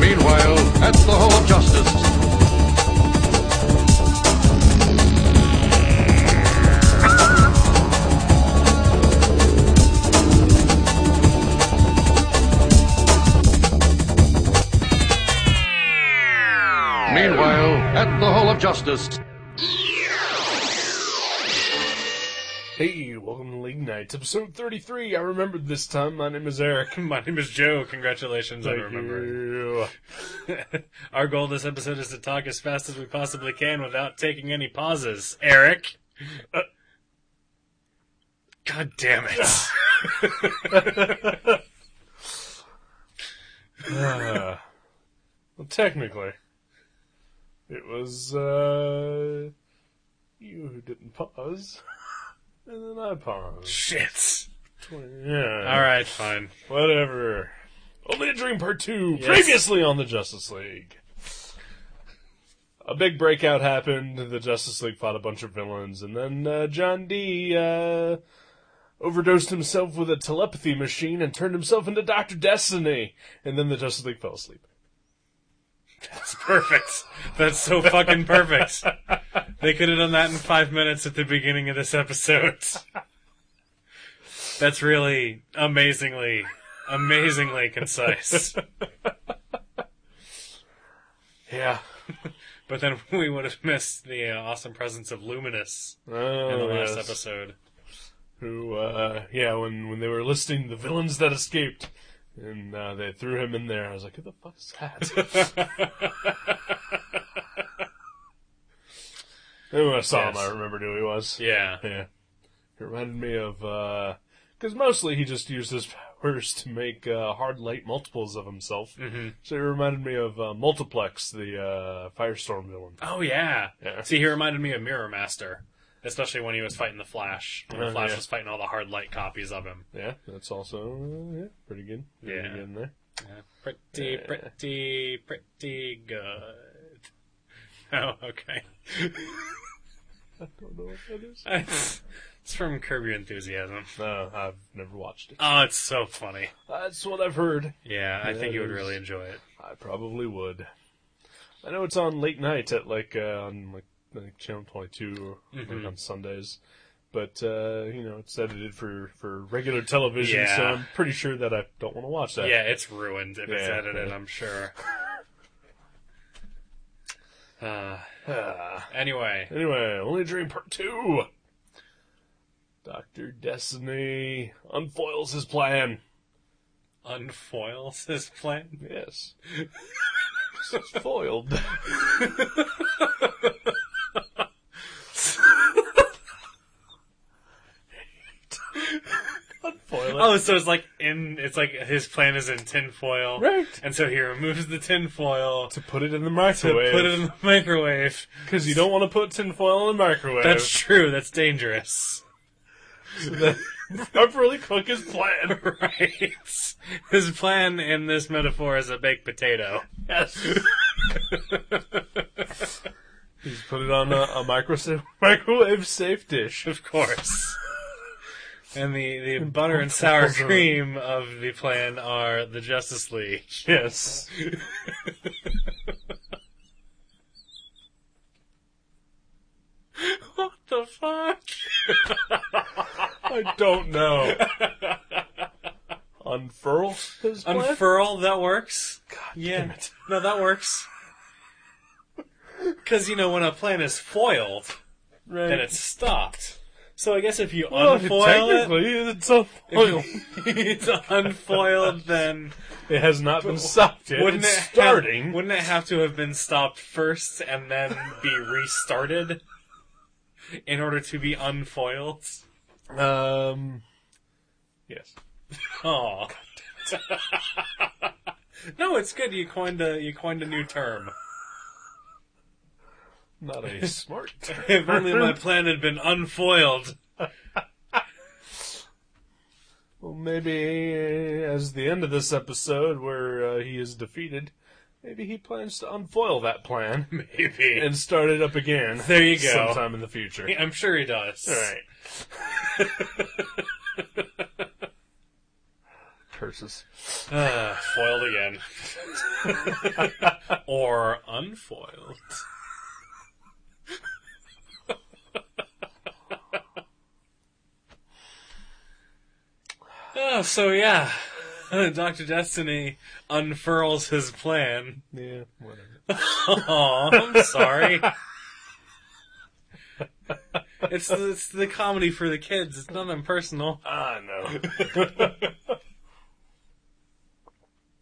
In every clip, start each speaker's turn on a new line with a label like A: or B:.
A: Meanwhile, at the Hall of Justice. Meanwhile, at the Hall of Justice.
B: Hey, welcome to League Nights, episode 33. I remembered this time. My name is Eric.
C: My name is Joe. Congratulations
B: Thank
C: on remembering.
B: you.
C: Our goal this episode is to talk as fast as we possibly can without taking any pauses. Eric. Uh, God damn it.
B: Ah. Uh, well, technically, it was uh, you who didn't pause, and then I paused.
C: Shit.
B: Yeah.
C: All right, fine.
B: Whatever. Only a Dream Part 2,
C: Yes.
B: previously on the Justice League. A big breakout happened, the Justice League fought a bunch of villains, and then uh, John D. Uh, overdosed himself with a telepathy machine and turned himself into Dr. Destiny, and then the Justice League fell asleep.
C: That's perfect. That's so fucking perfect. They could have done that in five minutes at the beginning of this episode. That's really amazingly, amazingly concise.
B: Yeah.
C: But then we would have missed the uh, awesome presence of Luminous
B: Oh,
C: in the last
B: yes.
C: episode.
B: Who, uh, yeah, when, when they were listing the villains that escaped, and uh, they threw him in there, I was like, who the fuck is that? And when I saw him, uh,
C: Yes.
B: I remembered who he was.
C: yeah.
B: Yeah. It reminded me of, uh 'cause because mostly he just used his powers to make uh, hard light multiples of himself.
C: hmm
B: So it reminded me of uh, Multiplex, the uh, Firestorm villain.
C: Oh yeah.
B: Yeah.
C: See, he reminded me of Mirror Master, especially when he was fighting the Flash. When
B: Oh,
C: the Flash
B: yeah.
C: was fighting all the hard light copies of him.
B: Yeah, that's also uh, yeah, pretty good. Pretty
C: Yeah.
B: good in there.
C: Yeah. Pretty,
B: Yeah.
C: pretty, pretty good. Oh, okay.
B: I don't know what that is.
C: it's from Curb Your Enthusiasm.
B: No, I've never watched it.
C: Oh, it's so funny.
B: That's what I've heard.
C: Yeah, I
B: Yeah,
C: think
B: it
C: you would
B: is.
C: really enjoy it.
B: I probably would. I know it's on late night at like uh, on like I think Channel 22 or like
C: Mhm.
B: on Sundays, but uh, you know it's edited for for regular television, so
C: Yeah.
B: I'm pretty sure that I don't want to watch that.
C: Yeah, it's ruined if it's
B: Yeah.
C: edited, I'm sure. Uh,
B: Ah.
C: anyway,
B: anyway, Only Dream Part Two. Doctor Destiny unfoils his plan.
C: unfoils his plan.
B: Yes, it's foiled. Unfoil it.
C: Oh, so it's like in it's like his plan is in tinfoil.
B: Right.
C: And so he removes the tinfoil
B: to put it in the
C: to
B: microwave.
C: put it in the microwave.
B: because you don't want to put tinfoil in the microwave.
C: That's true, that's dangerous.
B: properly cook his plan.
C: Right. His plan in this metaphor is a baked potato.
B: Yes. He's put it on a, a micro- microwave safe dish.
C: Of course. And the, the butter and sour
B: Unfolds it.
C: cream of the plan are the Justice League.
B: Yes.
C: What the fuck?
B: I don't know. Unfurl his plan.
C: Unfurl, that works. yeah.
B: damn it.
C: No, that works. Because, you know, when a plan is foiled,
B: right.
C: then it's stopped. So I guess if you
B: Well,
C: unfoil it,
B: technically, it's unfoiled.
C: it's unfoiled, then
B: It has not been stopped yet.
C: wouldn't
B: it's
C: it, have-
B: starting.
C: wouldn't it have to have been stopped first and then be restarted in order to be unfoiled?
B: Um. Yes.
C: Oh. no, it's good. You coined a you coined a new term.
B: Not a smart. term.
C: If only my plan had been unfoiled.
B: Well, maybe uh, as the end of this episode, where uh, he is defeated, maybe he plans to unfoil that plan
C: Maybe.
B: and start it up again.
C: There you go.
B: Sometime in the future.
C: I'm sure he does.
B: All right. Curses.
C: Uh, foiled again. or unfoiled. oh, so yeah. Dr. Destiny unfurls his plan.
B: Yeah, whatever.
C: Oh, I'm sorry. it's, the, it's the comedy for the kids. It's nothing personal.
B: Ah, no.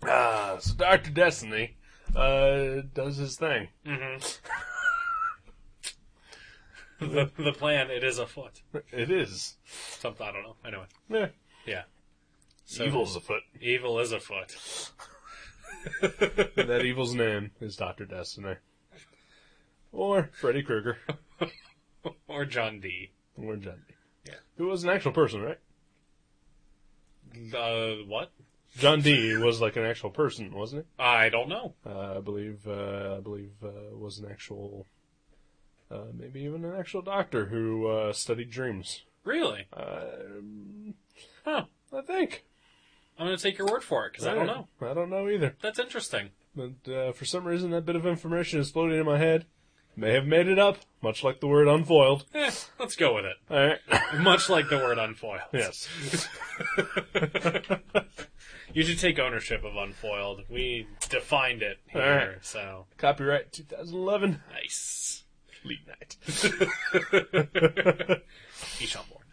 B: ah, so Dr. Destiny uh, does his thing.
C: The, the plan, it is afoot.
B: It is.
C: Something, I don't know. Anyway.
B: Yeah.
C: Yeah. So,
B: Evil's afoot.
C: Evil is afoot.
B: that evil's name is Dr. Destiny. Or Freddy Krueger.
C: Or John D.
B: Or John D.
C: Yeah.
B: Who was an actual person, right?
C: Uh, what?
B: John D was like an actual person, wasn't he?
C: I don't know.
B: Uh, I believe, uh, I believe, uh, was an actual, uh, maybe even an actual doctor who, uh, studied dreams.
C: Really?
B: Um,
C: Huh.
B: I think.
C: I'm gonna take your word for it, because I don't know.
B: I don't know either.
C: That's interesting.
B: But, uh, for some reason that bit of information is floating in my head. May have made it up, much like the word unfoiled.
C: Eh, let's go with it.
B: Alright.
C: Much like the word unfoiled.
B: yes.
C: You should take ownership of unfoiled. We defined it here,
B: Alright.
C: so.
B: Copyright 2011.
C: Nice.
B: Lead night.
C: Each on board.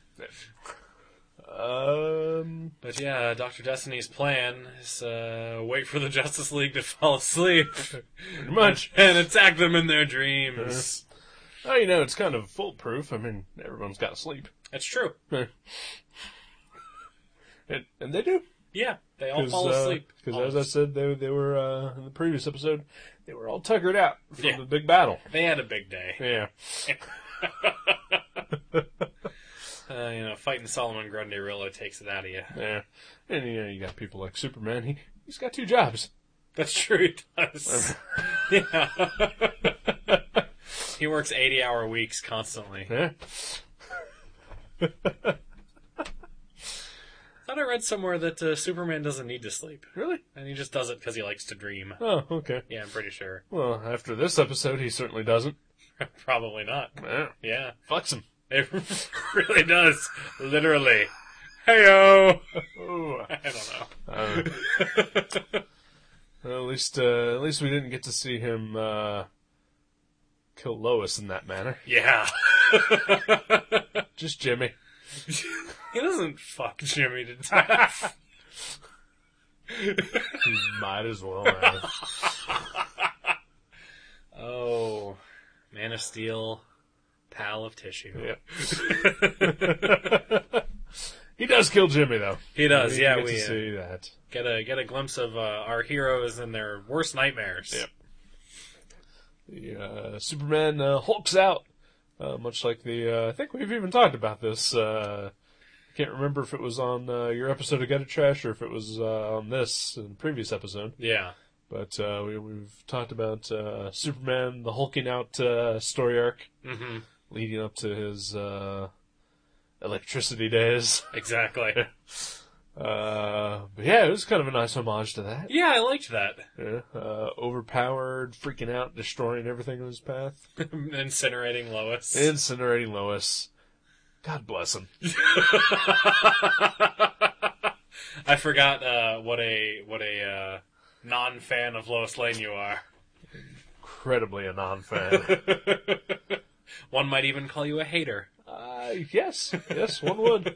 B: Um,
C: But yeah, Dr. Destiny's plan is uh, wait for the Justice League to fall asleep
B: pretty much.
C: and attack them in their dreams.
B: Oh, you know, it's kind of foolproof. I mean, everyone's got to sleep.
C: That's true.
B: and, and they do.
C: Yeah, they all
B: 'Cause,
C: fall
B: uh,
C: asleep. Oh,
B: 'cause
C: All-
B: as I said, they, they were, uh, in the previous episode, they were all tuckered out from
C: Yeah.
B: the big battle.
C: they had a big day.
B: Yeah.
C: Uh, you know, fighting Solomon Grundy really takes it out of you.
B: Yeah. And, you know, you got people like Superman. He, he's got two jobs.
C: That's true. It does. yeah. he works eighty-hour weeks constantly.
B: Yeah.
C: Thought I read somewhere that uh, Superman doesn't need to sleep,
B: Really?
C: and he just does it because he likes to dream.
B: Oh, okay.
C: Yeah, I'm pretty sure.
B: Well, after this episode, he certainly doesn't.
C: Probably not.
B: Yeah.
C: Yeah,
B: Fucks him.
C: it really does. Literally. Heyo.
B: Oh.
C: I don't know.
B: Uh, well, at least, uh, at least we didn't get to see him uh, kill Lois in that manner.
C: Yeah.
B: Just Jimmy.
C: He doesn't fuck Jimmy to death.
B: He might as well. Have.
C: oh, Man of Steel, pal of tissue.
B: Yep. he does kill Jimmy though.
C: He does.
B: We
C: yeah,
B: get
C: we
B: to
C: uh,
B: see that.
C: get a get a glimpse of uh, our heroes and their worst nightmares.
B: Yep. The, uh, Superman uh, hulks out, uh, much like the. Uh, I think we've even talked about this. Uh, can't remember if it was on uh, your episode of Get a Trash or if it was uh, on this in the previous episode.
C: Yeah.
B: But uh, we, we've talked about uh, Superman, the hulking out uh, story arc
C: hmm
B: leading up to his uh, electricity days.
C: Exactly.
B: Uh, but yeah, it was kind of a nice homage to that.
C: yeah, I liked that.
B: Yeah, uh, overpowered, freaking out, destroying everything in his path,
C: Incinerating Lois.
B: incinerating Lois. God bless him.
C: I forgot uh, what a what a uh, non fan of Lois Lane you are.
B: Incredibly a non fan.
C: One might even call you a hater.
B: uh, yes, yes, one would.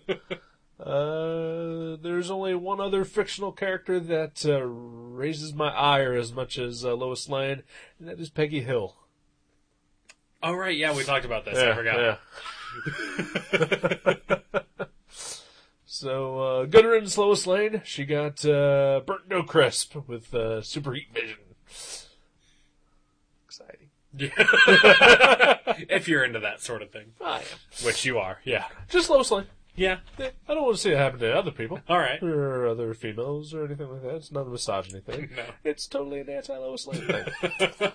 B: Uh, there's only one other fictional character that uh, raises my ire as much as uh, Lois Lane, and that is Peggy Hill.
C: Oh right, yeah, we talked about this. I forgot.
B: yeah. so, uh, good riddance, Lois Lane. She got uh, burnt no crisp with uh, super heat vision. Exciting.
C: if you're into that sort of thing,
B: I am.
C: which you are, yeah.
B: Just Lois Lane.
C: Yeah.
B: I don't want to see it happen to other people.
C: All right.
B: Or other females or anything like that. It's not a misogyny thing.
C: No.
B: It's totally an anti Lois Lane thing.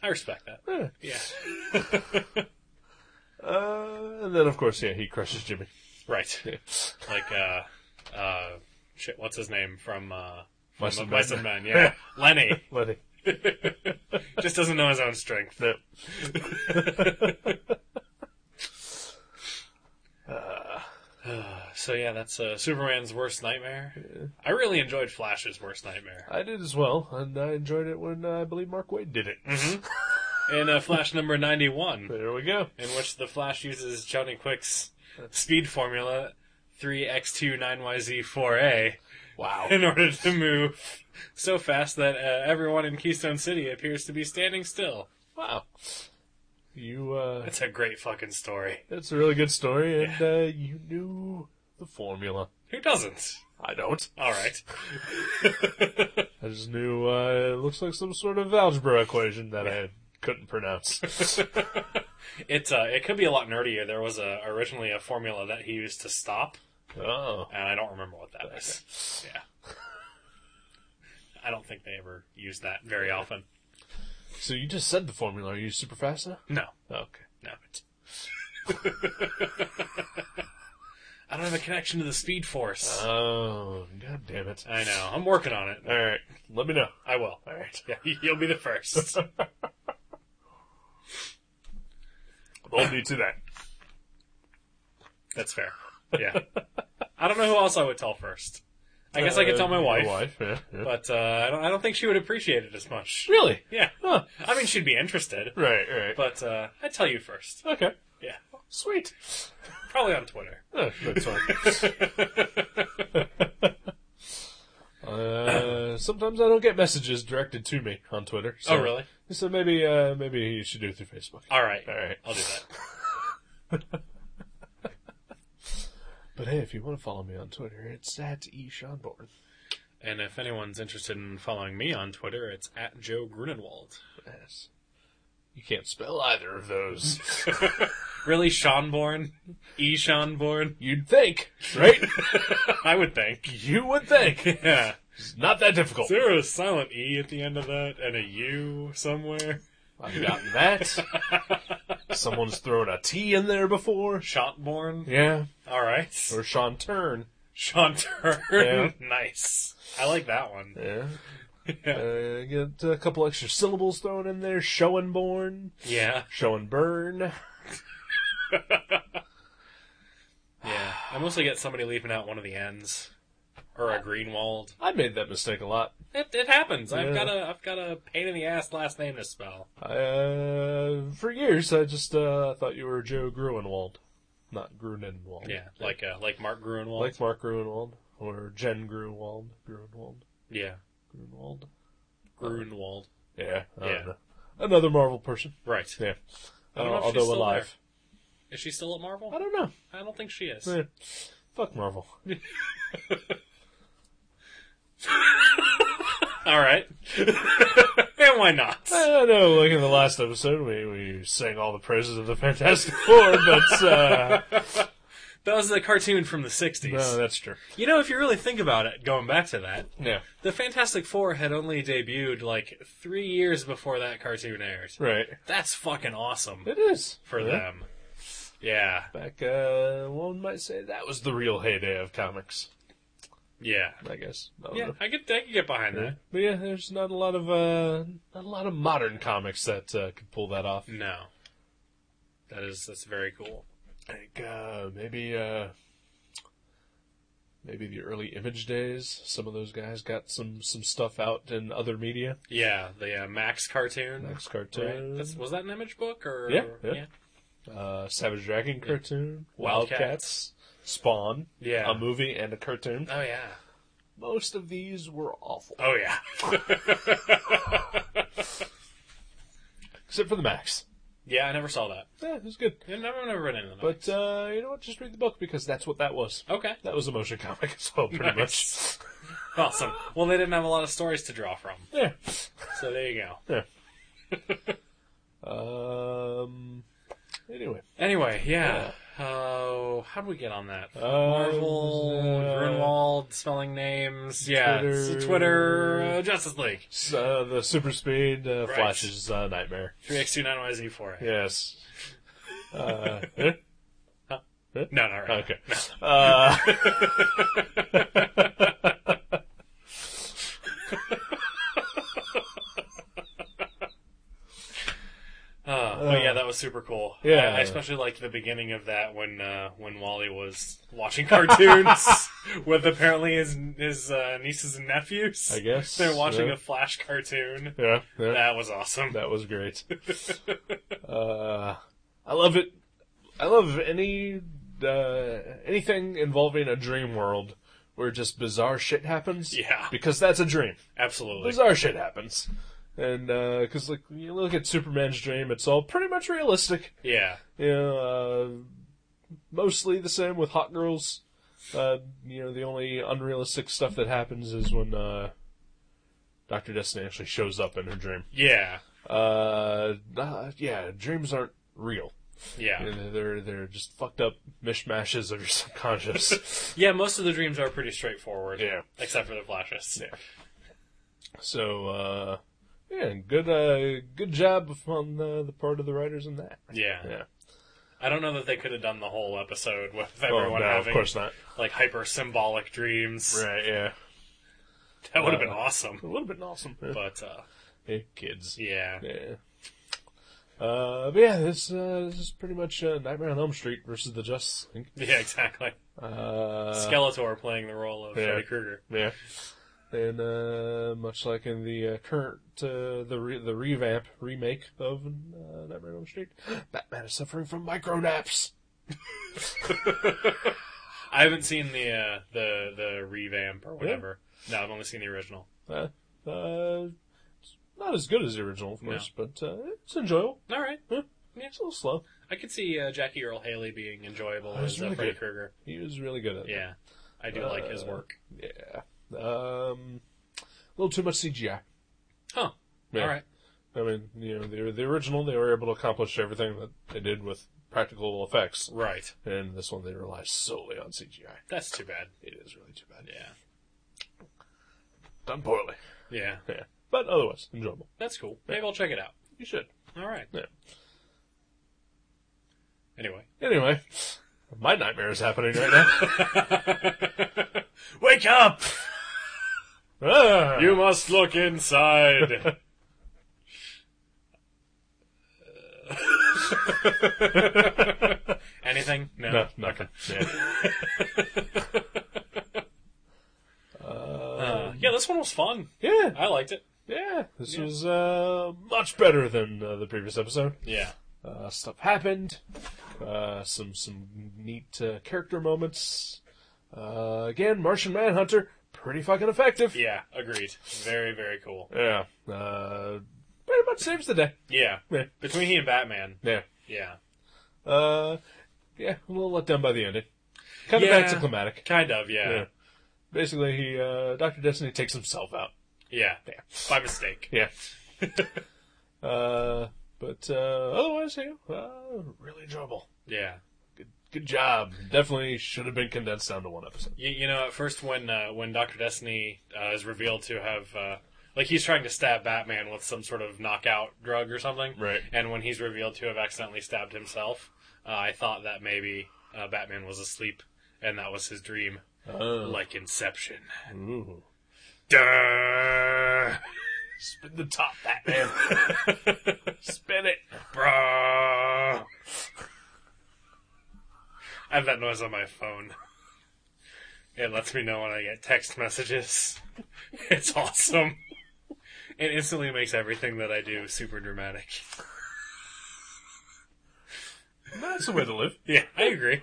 C: I respect that.
B: Yeah.
C: Yeah.
B: Uh, and then, of course, yeah, he crushes Jimmy.
C: Right.
B: Yeah.
C: Like uh uh shit, what's his name from uh from
B: Lesson
C: the
B: Man.
C: Lesson Man, yeah. Lenny.
B: Lenny.
C: Just doesn't know his own strength.
B: No.
C: So yeah, that's uh, Superman's worst nightmare. I really enjoyed Flash's worst nightmare.
B: I did as well, and I enjoyed it when uh, I believe Mark Wade did it.
C: In uh, Flash number 91,
B: There we go.
C: in which the Flash uses Johnny Quick's speed formula 3x29yz4a
B: Wow.
C: in order to move so fast that uh, everyone in Keystone City appears to be standing still.
B: Wow. You, uh,
C: That's a great fucking story.
B: that's a really good story, and uh, you knew the formula.
C: Who doesn't?
B: I don't.
C: All right.
B: I just knew uh, it looks like some sort of algebra equation that I couldn't pronounce.
C: It uh, it could be a lot nerdier. There was a, originally a formula that he used to stop,
B: oh.
C: and I don't remember what that is. Yeah, I don't think they ever used that very often.
B: So you just said the formula. Are you super fast now?
C: No,
B: Okay.
C: no. I don't have a connection to the Speed Force.
B: Oh, god damn it.
C: I know. I'm working on it.
B: Alright, let me know.
C: I will.
B: Alright.
C: Yeah, you'll be the first.
B: Hold you to that.
C: That's fair. Yeah. I don't know who else I would tell first. I guess I could
B: Uh,
C: tell my
B: your
C: wife,
B: wife, yeah, yeah.
C: but uh, I don't. I don't think she would appreciate it as much.
B: Really?
C: Yeah.
B: Huh.
C: I mean, she'd be interested,
B: Right, right.
C: but uh, I tell you first.
B: okay.
C: Yeah,
B: Sweet.
C: probably on Twitter.
B: Oh, that's fine. Uh, sometimes I don't get messages directed to me on Twitter. So,
C: Oh, really?
B: So maybe, uh, maybe you should do it through Facebook.
C: All right,
B: All right.
C: I'll do that.
B: But hey, if you want to follow me on Twitter, it's at eSeanborn.
C: And if anyone's interested in following me on Twitter, it's at Joe Grunenwald.
B: Yes. You can't spell either of those.
C: Really, Seanborn, E. Seanborn.
B: You'd think, right?
C: I would think.
B: you would think.
C: Yeah.
B: It's not that difficult.
C: Is there a silent E at the end of that and a U somewhere?
B: I've gotten that. Someone's thrown a T in there before.
C: Shotborn.
B: Yeah.
C: All right.
B: Or Sean Turn.
C: Sean Turn.
B: Yeah.
C: nice. I like that one.
B: Yeah.
C: Yeah.
B: Uh, get a couple extra syllables thrown in there. Schoenborn.
C: Yeah.
B: Schoenburn.
C: Yeah. I mostly get somebody leaving out one of the ends. Or a Greenwald.
B: I made that mistake a lot.
C: It, it happens. I've
B: Yeah.
C: got a I've got a pain in the ass last name to spell.
B: I, uh, for years, I just uh, thought you were Joe Gruenwald, not Grunenwald.
C: Yeah, like uh, like Mark Gruenwald.
B: like Mark Gruenwald or Jen Gruenwald. Gruenwald.
C: yeah,
B: Gruenwald.
C: Gruenwald.
B: Yeah. I
C: Yeah.
B: don't know. Another Marvel person.
C: Right.
B: Yeah.
C: I don't know
B: Uh,
C: if she's
B: although
C: still
B: alive.
C: there. Is she still at Marvel?
B: I don't know.
C: I don't think she is.
B: Eh, Fuck Marvel.
C: All right. and why not?
B: I know, like in the last episode, we, we sang all the praises of the Fantastic Four, but, uh,
C: That was the cartoon from the '60s.
B: no, that's true.
C: You know, if you really think about it, going back to that,
B: Yeah.
C: the Fantastic Four had only debuted like three years before that cartoon aired.
B: Right.
C: That's fucking awesome
B: It is.
C: for
B: Yeah.
C: them. Yeah,
B: Back, uh, one might say that was the real heyday of comics,
C: yeah,
B: I guess. I don't
C: yeah.
B: know.
C: I could, I could get behind that.
B: But yeah, there's not a lot of, uh, not a lot of modern comics that, uh, could pull that off.
C: No. That is that's very cool.
B: Like, uh, maybe, uh, maybe the early image days, some of those guys got some, some stuff out in other media.
C: Yeah, the uh, Max cartoon.
B: Max
C: Right?
B: Cartoon.
C: That's, was that an image book or
B: Yeah, yeah. uh, Savage Dragon cartoon,
C: Wildcats.
B: Wildcats, Spawn,
C: Yeah.
B: a movie and a cartoon.
C: Oh yeah.
B: Most of these were awful,
C: Oh yeah.
B: except for the Max.
C: yeah, I never saw that.
B: Yeah, it was good.
C: Yeah, never never read any of them.
B: But uh, you know what? Just read the book because that's what that was.
C: Okay.
B: That was a motion comic as well, pretty
C: Nice. Awesome. Well, they didn't have a lot of stories to draw from,
B: much.
C: so there you go.
B: Yeah. Yeah. um, Anyway,
C: Anyway, yeah. Oh, how do we get on that?
B: Um,
C: Marvel,
B: uh,
C: Grunwald, spelling names. Yeah,
B: Twitter.
C: Twitter, Twitter uh, Justice League.
B: S- uh, the super speed uh,
C: Right.
B: flashes uh, nightmare.
C: 3x29YZ4.
B: Yes. Uh, eh?
C: No, not right.
B: okay. Uh,
C: Uh, but yeah, that was super cool.
B: Yeah.
C: I, I especially liked the beginning of that when uh, when Wally was watching cartoons with apparently his his uh, nieces and nephews.
B: I guess,
C: they're watching
B: yeah.
C: a Flash cartoon.
B: yeah, yeah.
C: That was awesome.
B: That was great. uh, I love it. I love any uh, anything involving a dream world where just bizarre shit happens.
C: Yeah.
B: because that's a dream.
C: Absolutely.
B: Bizarre shit happens, and because like you look at Superman's dream, it's all pretty much realistic.
C: Yeah.
B: You know, uh, mostly the same with hot girls. Uh, you know, the only unrealistic stuff that happens is when uh, Doctor Destiny actually shows up in her dream
C: Yeah.
B: uh, uh, yeah, dreams aren't real.
C: Yeah.
B: You know, They're they're just fucked up mishmashes of your subconscious.
C: Yeah, most of the dreams are pretty straightforward.
B: Yeah.
C: Except for the flashes.
B: Yeah. so uh, yeah, good uh, good job on the, the part of the writers in that.
C: Yeah.
B: Yeah,
C: I don't know that they could have done the whole episode with
B: Well,
C: everyone
B: Oh, no,
C: having
B: of course not.
C: like hyper symbolic dreams.
B: Right? Yeah,
C: That would have been
B: Uh,
C: awesome.
B: a little bit awesome.
C: But uh,
B: Hey, kids.
C: yeah.
B: Yeah. Uh, but yeah, this uh, this is pretty much uh, Nightmare on Elm Street versus the Justice League.
C: Yeah, exactly.
B: Uh,
C: Skeletor playing the role of
B: yeah.
C: Freddy Krueger.
B: Yeah. And uh, much like in the uh, current uh, the re- the revamp remake of uh, Nightmare on Elm Street, Batman is suffering from micronaps.
C: I haven't seen the uh, the the revamp or whatever. No, I've only seen the original.
B: Uh, uh, it's not as good as the original, of
C: No.
B: course, but uh, it's enjoyable.
C: All right,
B: Huh? It's a little slow.
C: I could see uh, Jackie Earl Haley being enjoyable
B: Oh, he's
C: as uh,
B: really
C: Freddy
B: good.
C: Krueger.
B: He was really good at it.
C: Yeah, I do like his
B: Uh,
C: work.
B: Yeah. Um, a little too much CGI.
C: Huh.
B: Yeah.
C: All right.
B: I mean, you know, the the original they were able to accomplish everything that they did with practical effects,
C: Right.
B: and this one they rely solely on CGI.
C: That's too bad.
B: It is really too bad.
C: Yeah.
B: Done poorly.
C: Yeah.
B: Yeah. But otherwise, enjoyable.
C: That's cool. Maybe I'll check it out.
B: You should.
C: All right.
B: Yeah.
C: Anyway.
B: Anyway, my nightmare is happening right now.
C: Wake up!
B: Ah!
C: You must look inside. Anything? No.
B: No, nothing. Yeah.
C: Uh, yeah, this one was fun.
B: yeah.
C: I liked it.
B: Yeah. This was uh, much better than uh, the previous episode.
C: Yeah.
B: Uh, stuff happened. Uh, some some neat uh, character moments. Uh, again, Martian Manhunter, pretty fucking effective.
C: Yeah, agreed. Very, very cool.
B: Yeah. Uh, pretty much saves the day.
C: Yeah.
B: Yeah.
C: Between he and Batman.
B: Yeah.
C: Yeah.
B: Uh, yeah, a little let down by the ending. Kind of
C: Yeah.
B: anticlimactic.
C: Kind of, yeah.
B: Yeah.
C: Yeah.
B: Basically, he uh, Doctor Destiny takes himself out. Yeah.
C: By mistake.
B: Yeah. uh, but uh, otherwise, yeah, uh, really enjoyable.
C: Yeah.
B: Good job. Definitely should have been condensed down to one episode.
C: You, you know, at first when uh, when Doctor Destiny uh, is revealed to have uh, like he's trying to stab Batman with some sort of knockout drug or something,
B: Right.
C: And when he's revealed to have accidentally stabbed himself, uh, I thought that maybe uh, Batman was asleep and that was his dream,
B: Oh.
C: like Inception.
B: Ooh.
C: Duh.
B: Spin the top, Batman. Spin it.
C: Bruh. I have that noise on my phone. It lets me know when I get text messages. It's awesome. It instantly makes everything that I do super dramatic.
B: That's the way to live.
C: Yeah, I agree.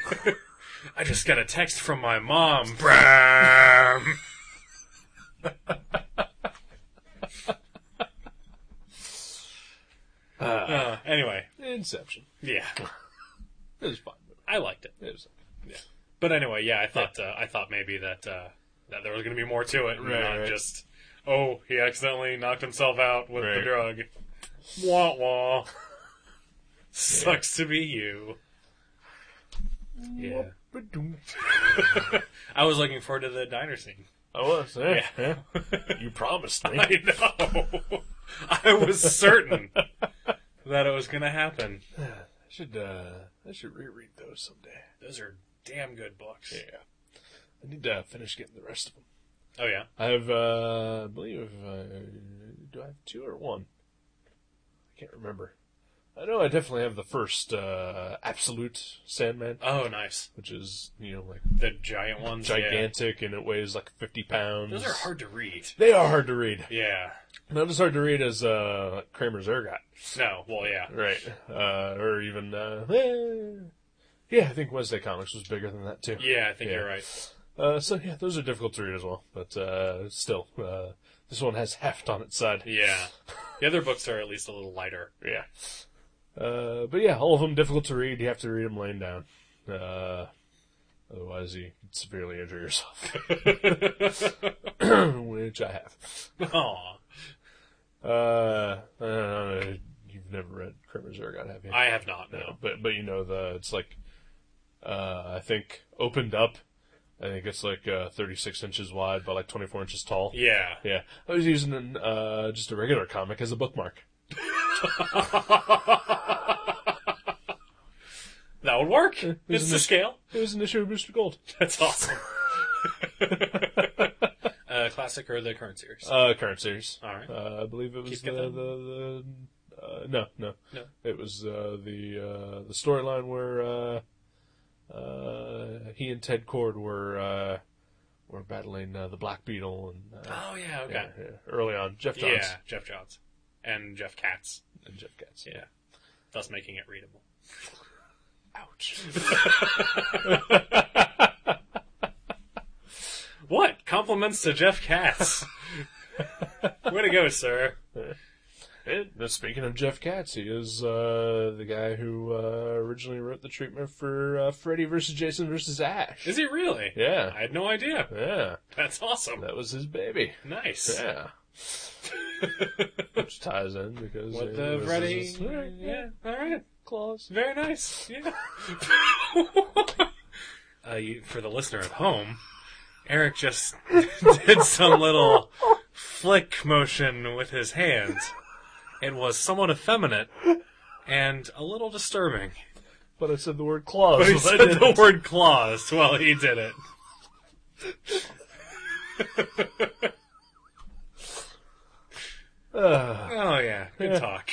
C: I just got a text from my mom. Bram. Uh, anyway,
B: Inception.
C: yeah,
B: It was a fun. movie.
C: I liked it.
B: It was okay.
C: But anyway, yeah, I thought uh, I thought maybe that uh, that there was going to be more to it, and
B: Right,
C: not
B: right.
C: just oh he accidentally knocked himself out with the
B: Right.
C: drug. Wah wah. Sucks to be you. Yeah. I was looking forward to the diner scene.
B: I was. Yeah. yeah. You promised me.
C: I know. I was certain that it was going to happen.
B: I should uh, I should reread those someday.
C: Those are damn good books.
B: Yeah, I need to finish getting the rest of them.
C: Oh yeah.
B: I have, uh, I believe, uh, do I have two or one? I can't remember. I know I definitely have the first uh, absolute Sandman,
C: Oh nice.
B: which is you know like
C: The giant ones. yeah.
B: gigantic and it weighs like fifty pounds.
C: Those are hard to read.
B: They are hard to read.
C: Yeah.
B: Not as hard to read as uh, like Kramer's Ergot,
C: No. Well, yeah.
B: right? Uh, or even uh, eh. yeah, I think Wednesday Comics was bigger than that too.
C: Yeah, I think
B: Yeah.
C: you're right.
B: Uh, so yeah, those are difficult to read as well, but uh, still, uh, this one has heft on its side.
C: Yeah. The other books are at least a little lighter.
B: Yeah. Uh, but yeah, all of them difficult to read. You have to read them laying down. Uh, otherwise, you could severely injure yourself, which I have.
C: Aw.
B: Uh, I don't know, you've never read Kramer's Ergot, have you?
C: I have not.
B: No,
C: No.
B: but but you know the it's like, uh, I think opened up. I think it's like uh, 36 inches wide by like 24 inches tall.
C: Yeah.
B: Yeah, I was using an, uh, just a regular comic as a bookmark.
C: That would work. It's
B: isn't
C: the
B: it-
C: scale.
B: It was an issue of Booster Gold.
C: That's awesome. uh, classic or the current series?
B: Uh, current series.
C: All right.
B: Uh, I believe it was
C: Keep
B: the,
C: it
B: the
C: then.
B: the uh, no no
C: No.
B: It was uh, the uh, the storyline where uh, uh, he and Ted Cord were uh, were battling uh, the Black Beetle and uh,
C: oh yeah. Okay.
B: yeah, yeah, early on Jeff
C: Yeah,
B: Johns
C: Jeff Johns and Jeff Katz,
B: and Jeff Katz.
C: Yeah. thus making it readable.
B: Ouch.
C: What compliments to Jeff Katz? Way to go, sir.
B: And uh, speaking of Jeff Katz, he is uh, the guy who uh, originally wrote the treatment for uh, Freddy versus Jason versus Ash.
C: Is he really?
B: Yeah,
C: I had no idea.
B: yeah,
C: That's awesome.
B: that was his baby.
C: Nice.
B: Yeah. Which ties in because
C: What
B: it
C: the
B: was
C: Freddy?
B: just- yeah, yeah,
C: Yeah. All right.
B: claws.
C: Very nice. Yeah. uh, you, for the listener at home, Eric just did some little flick motion with his hands. It was somewhat effeminate and a little disturbing.
B: But I said the word claws.
C: But Oh, he
B: so I
C: said
B: did-
C: the word claws while he did it.
B: Ah.
C: Oh yeah, good talk.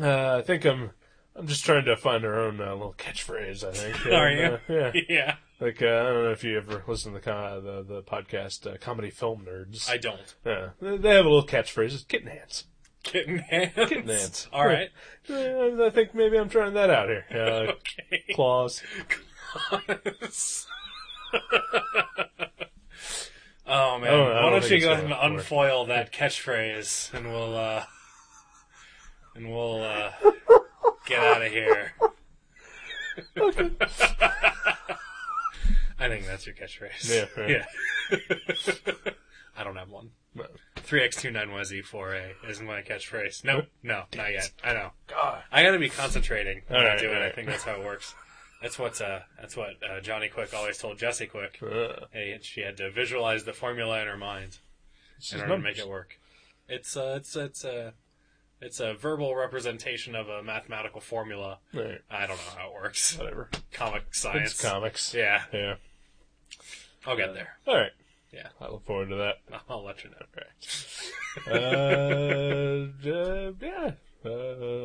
B: Uh, I think I'm. I'm just trying to find our own uh, little catchphrase. I think.
C: Are
B: And, uh,
C: you?
B: yeah.
C: yeah.
B: Like uh, I don't know if you ever listen to the con- the, the podcast uh, comedy film nerds.
C: I don't.
B: Yeah. They- They have a little catchphrase. It's kitten hands.
C: Kitten hands.
B: Kitten hands.
C: All right.
B: Yeah, Uh, I think maybe I'm trying that out here. Uh,
C: Okay.
B: claws.
C: oh man,
B: I don't- I
C: why
B: don't
C: don't
B: think
C: you
B: it's
C: go
B: gonna
C: ahead and
B: work.
C: unfoil that catchphrase, and we'll uh, and we'll uh, get out of here. I think that's your catchphrase.
B: Yeah, right.
C: Yeah. I don't have one. Three X two nine YZ four A is my catchphrase. No, no, not yet. I know.
B: God.
C: I gotta be concentrating when I
B: Alright,
C: do it. I
B: alright.
C: think that's how it works. That's what uh, that's what uh, Johnny Quick always told Jesse Quick.
B: Uh,
C: Hey, she had to visualize the formula in her mind
B: it's
C: in
B: just
C: order to
B: numbers.
C: make it work. It's uh, it's it's a it's a verbal representation of a mathematical formula.
B: Right,
C: I don't know how it works.
B: Whatever.
C: Comic science.
B: It's comics.
C: Yeah,
B: Yeah.
C: I'll get there.
B: All right.
C: Yeah.
B: I look forward to that.
C: I'll let you know.
B: uh, uh, yeah. Uh,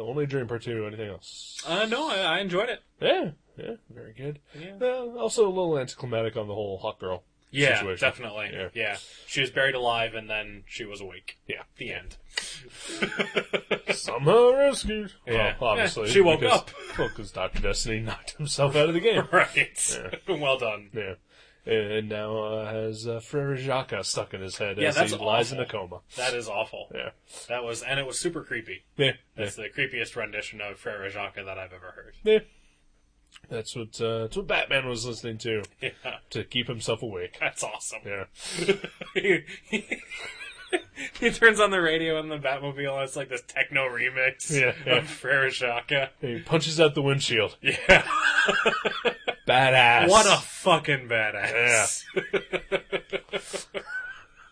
B: only Dream Part 2, anything else?
C: Uh, no, I, I enjoyed it.
B: Yeah, yeah, very good.
C: Yeah.
B: Uh, also a little anticlimactic on the whole Hawk Girl.
C: Yeah,
B: Situation.
C: definitely.
B: Yeah.
C: yeah, she was buried alive, and then she was awake.
B: Yeah.
C: The end.
B: Somehow rescued.
C: Yeah.
B: Well, obviously.
C: Yeah, she woke
B: because,
C: up.
B: Well, because Dr. Destiny knocked himself out of the game.
C: Right. well done.
B: yeah. And now uh, has uh, Frere Jacques stuck in his head
C: Yeah,
B: as
C: that's
B: he lies in
C: awful.
B: a coma.
C: That is awful.
B: Yeah.
C: That was, and it was super creepy.
B: Yeah. yeah.
C: That's the creepiest rendition of Frere Jacques that I've ever heard.
B: yeah. That's what uh, that's what Batman was listening to
C: Yeah,
B: to keep himself awake.
C: that's awesome.
B: Yeah.
C: he turns on the radio in the Batmobile and it's like this techno remix
B: Yeah, yeah.
C: of Frere Shaka.
B: He punches out the windshield.
C: Yeah.
B: Badass.
C: what a fucking badass.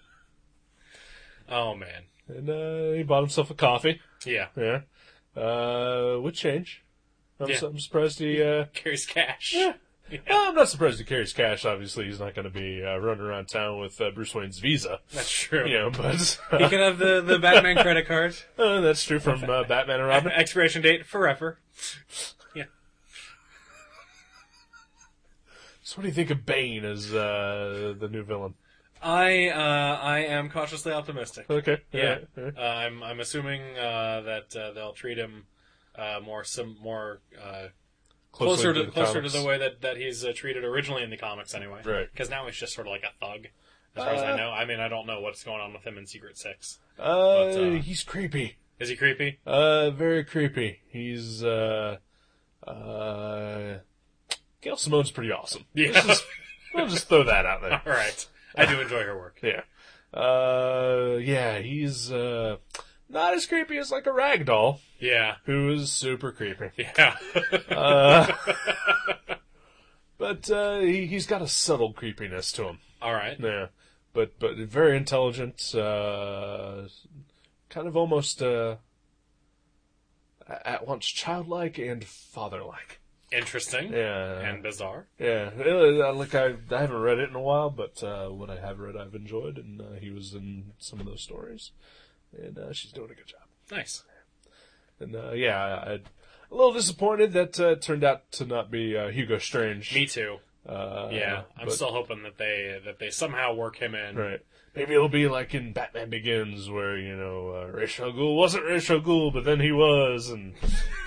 C: oh man.
B: And uh, he bought himself a coffee.
C: Yeah.
B: Yeah. Uh, with change. I'm,
C: Yeah.
B: su- I'm surprised he. Uh,
C: Carries cash.
B: yeah. Well, I'm not surprised he carries cash. Obviously, he's not going to be uh, running around town with uh, Bruce Wayne's Visa.
C: That's true.
B: You know, but
C: He can have the, the Batman credit card.
B: uh, that's true from uh, Batman and Robin.
C: Expiration date forever. Yeah.
B: So, what do you think of Bane as uh, the new villain?
C: I uh, I am cautiously optimistic.
B: Okay.
C: Yeah,
B: All right.
C: uh, I'm I'm assuming uh, that uh, they'll treat him uh, more some more uh, closer to
B: the
C: closer
B: comics.
C: to the way that that he's uh, treated originally in the comics anyway.
B: Right.
C: Because now he's just sort of like a thug, as far as
B: Uh,
C: I know. I mean, I don't know what's going on with him in Secret Six.
B: Uh,
C: But, uh,
B: he's creepy.
C: Is he creepy?
B: Uh, very creepy. He's uh, uh, Gail Simone's pretty awesome.
C: Yeah.
B: Let's just- we'll just throw that out there.
C: All right. I do enjoy her work.
B: Yeah. Uh, yeah, he's uh, not as creepy as like a rag doll,
C: Yeah.
B: who is super creepy.
C: Yeah.
B: Uh, but uh, he, he's got a subtle creepiness to him.
C: All right.
B: Yeah, but but very intelligent. Uh, kind of almost uh, a- at once childlike and fatherlike.
C: Interesting.
B: Yeah,
C: And bizarre.
B: yeah. Uh, Look, I, I haven't read it in a while, but uh, what I have read, I've enjoyed, and uh, he was in some of those stories, and uh, she's doing a good job.
C: Nice.
B: And uh, yeah, I, I, a little disappointed that uh, it turned out to not be uh, Hugo Strange.
C: Me too.
B: Uh,
C: Yeah. I'm
B: but-
C: still hoping that they that they somehow work him in.
B: Right. Maybe it'll be like in Batman Begins, where you know uh, Ra's al Ghul wasn't Ra's al Ghul, but then he was, and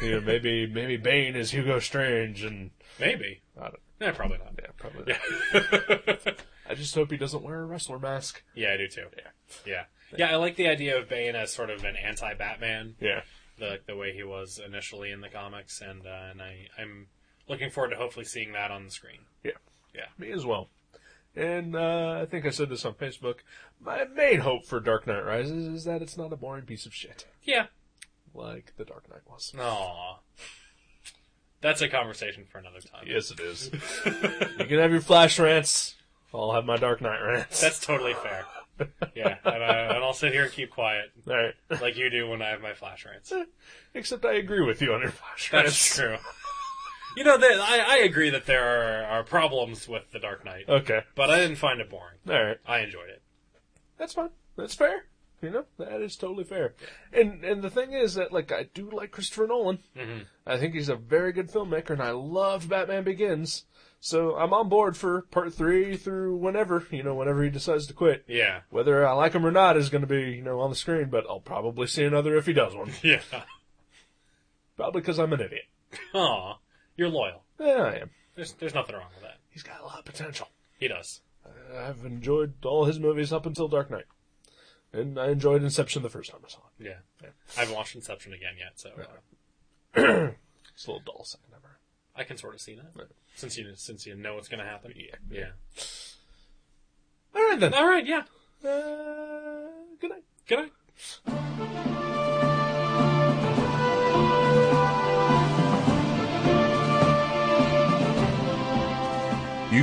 B: you know maybe maybe Bane is Hugo Strange, and
C: Maybe.
B: I don't.
C: Yeah, probably not.
B: Yeah, probably. not. I just hope he doesn't wear a wrestler mask.
C: yeah, I do too. Yeah. Yeah. Yeah, I like the idea of Bane as sort of an anti-Batman,
B: Yeah.
C: the the way he was initially in the comics, and uh, and I I'm looking forward to hopefully seeing that on the screen.
B: Me as well. And uh, I think I said this on Facebook. My main hope for Dark Knight Rises is that it's not a boring piece of shit
C: Yeah.
B: like the Dark Knight was.
C: Aw. That's a conversation for another time.
B: Yes, it is. you can have your Flash rants. I'll have my Dark Knight rants.
C: That's totally fair. Yeah, and, I, and I'll sit here and keep quiet
B: all right.
C: like you do when I have my flash rants.
B: Except I agree with you on your flash
C: That's true. You know, that I, I agree that there are, are problems with The Dark Knight,
B: Okay.
C: but I didn't find it boring.
B: All right.
C: I enjoyed it.
B: That's fine. That's fair. You know, that is totally fair. And and the thing is that like I do like Christopher Nolan.
C: Mhm.
B: I think he's a very good filmmaker, and I love Batman Begins. So I'm on board for part three through whenever you know whenever he decides to quit.
C: Yeah.
B: Whether I like him or not is going to be you know on the screen, but I'll probably see another if he does one.
C: Yeah.
B: Probably because I'm an idiot.
C: Aw. You're loyal.
B: Yeah, I am.
C: There's, there's nothing wrong with that.
B: He's got a lot of potential.
C: He does.
B: I've enjoyed all his movies up until Dark Knight, and I enjoyed Inception the first time I saw it.
C: Yeah. I haven't watched Inception again yet, so uh,
B: It's a little dull second time around.
C: I can sort of see that.
B: Right.
C: Since you since you know what's going to happen.
B: Yeah.
C: Yeah.
B: All right then.
C: All right, yeah.
B: Uh, good night.
C: Good night.
B: You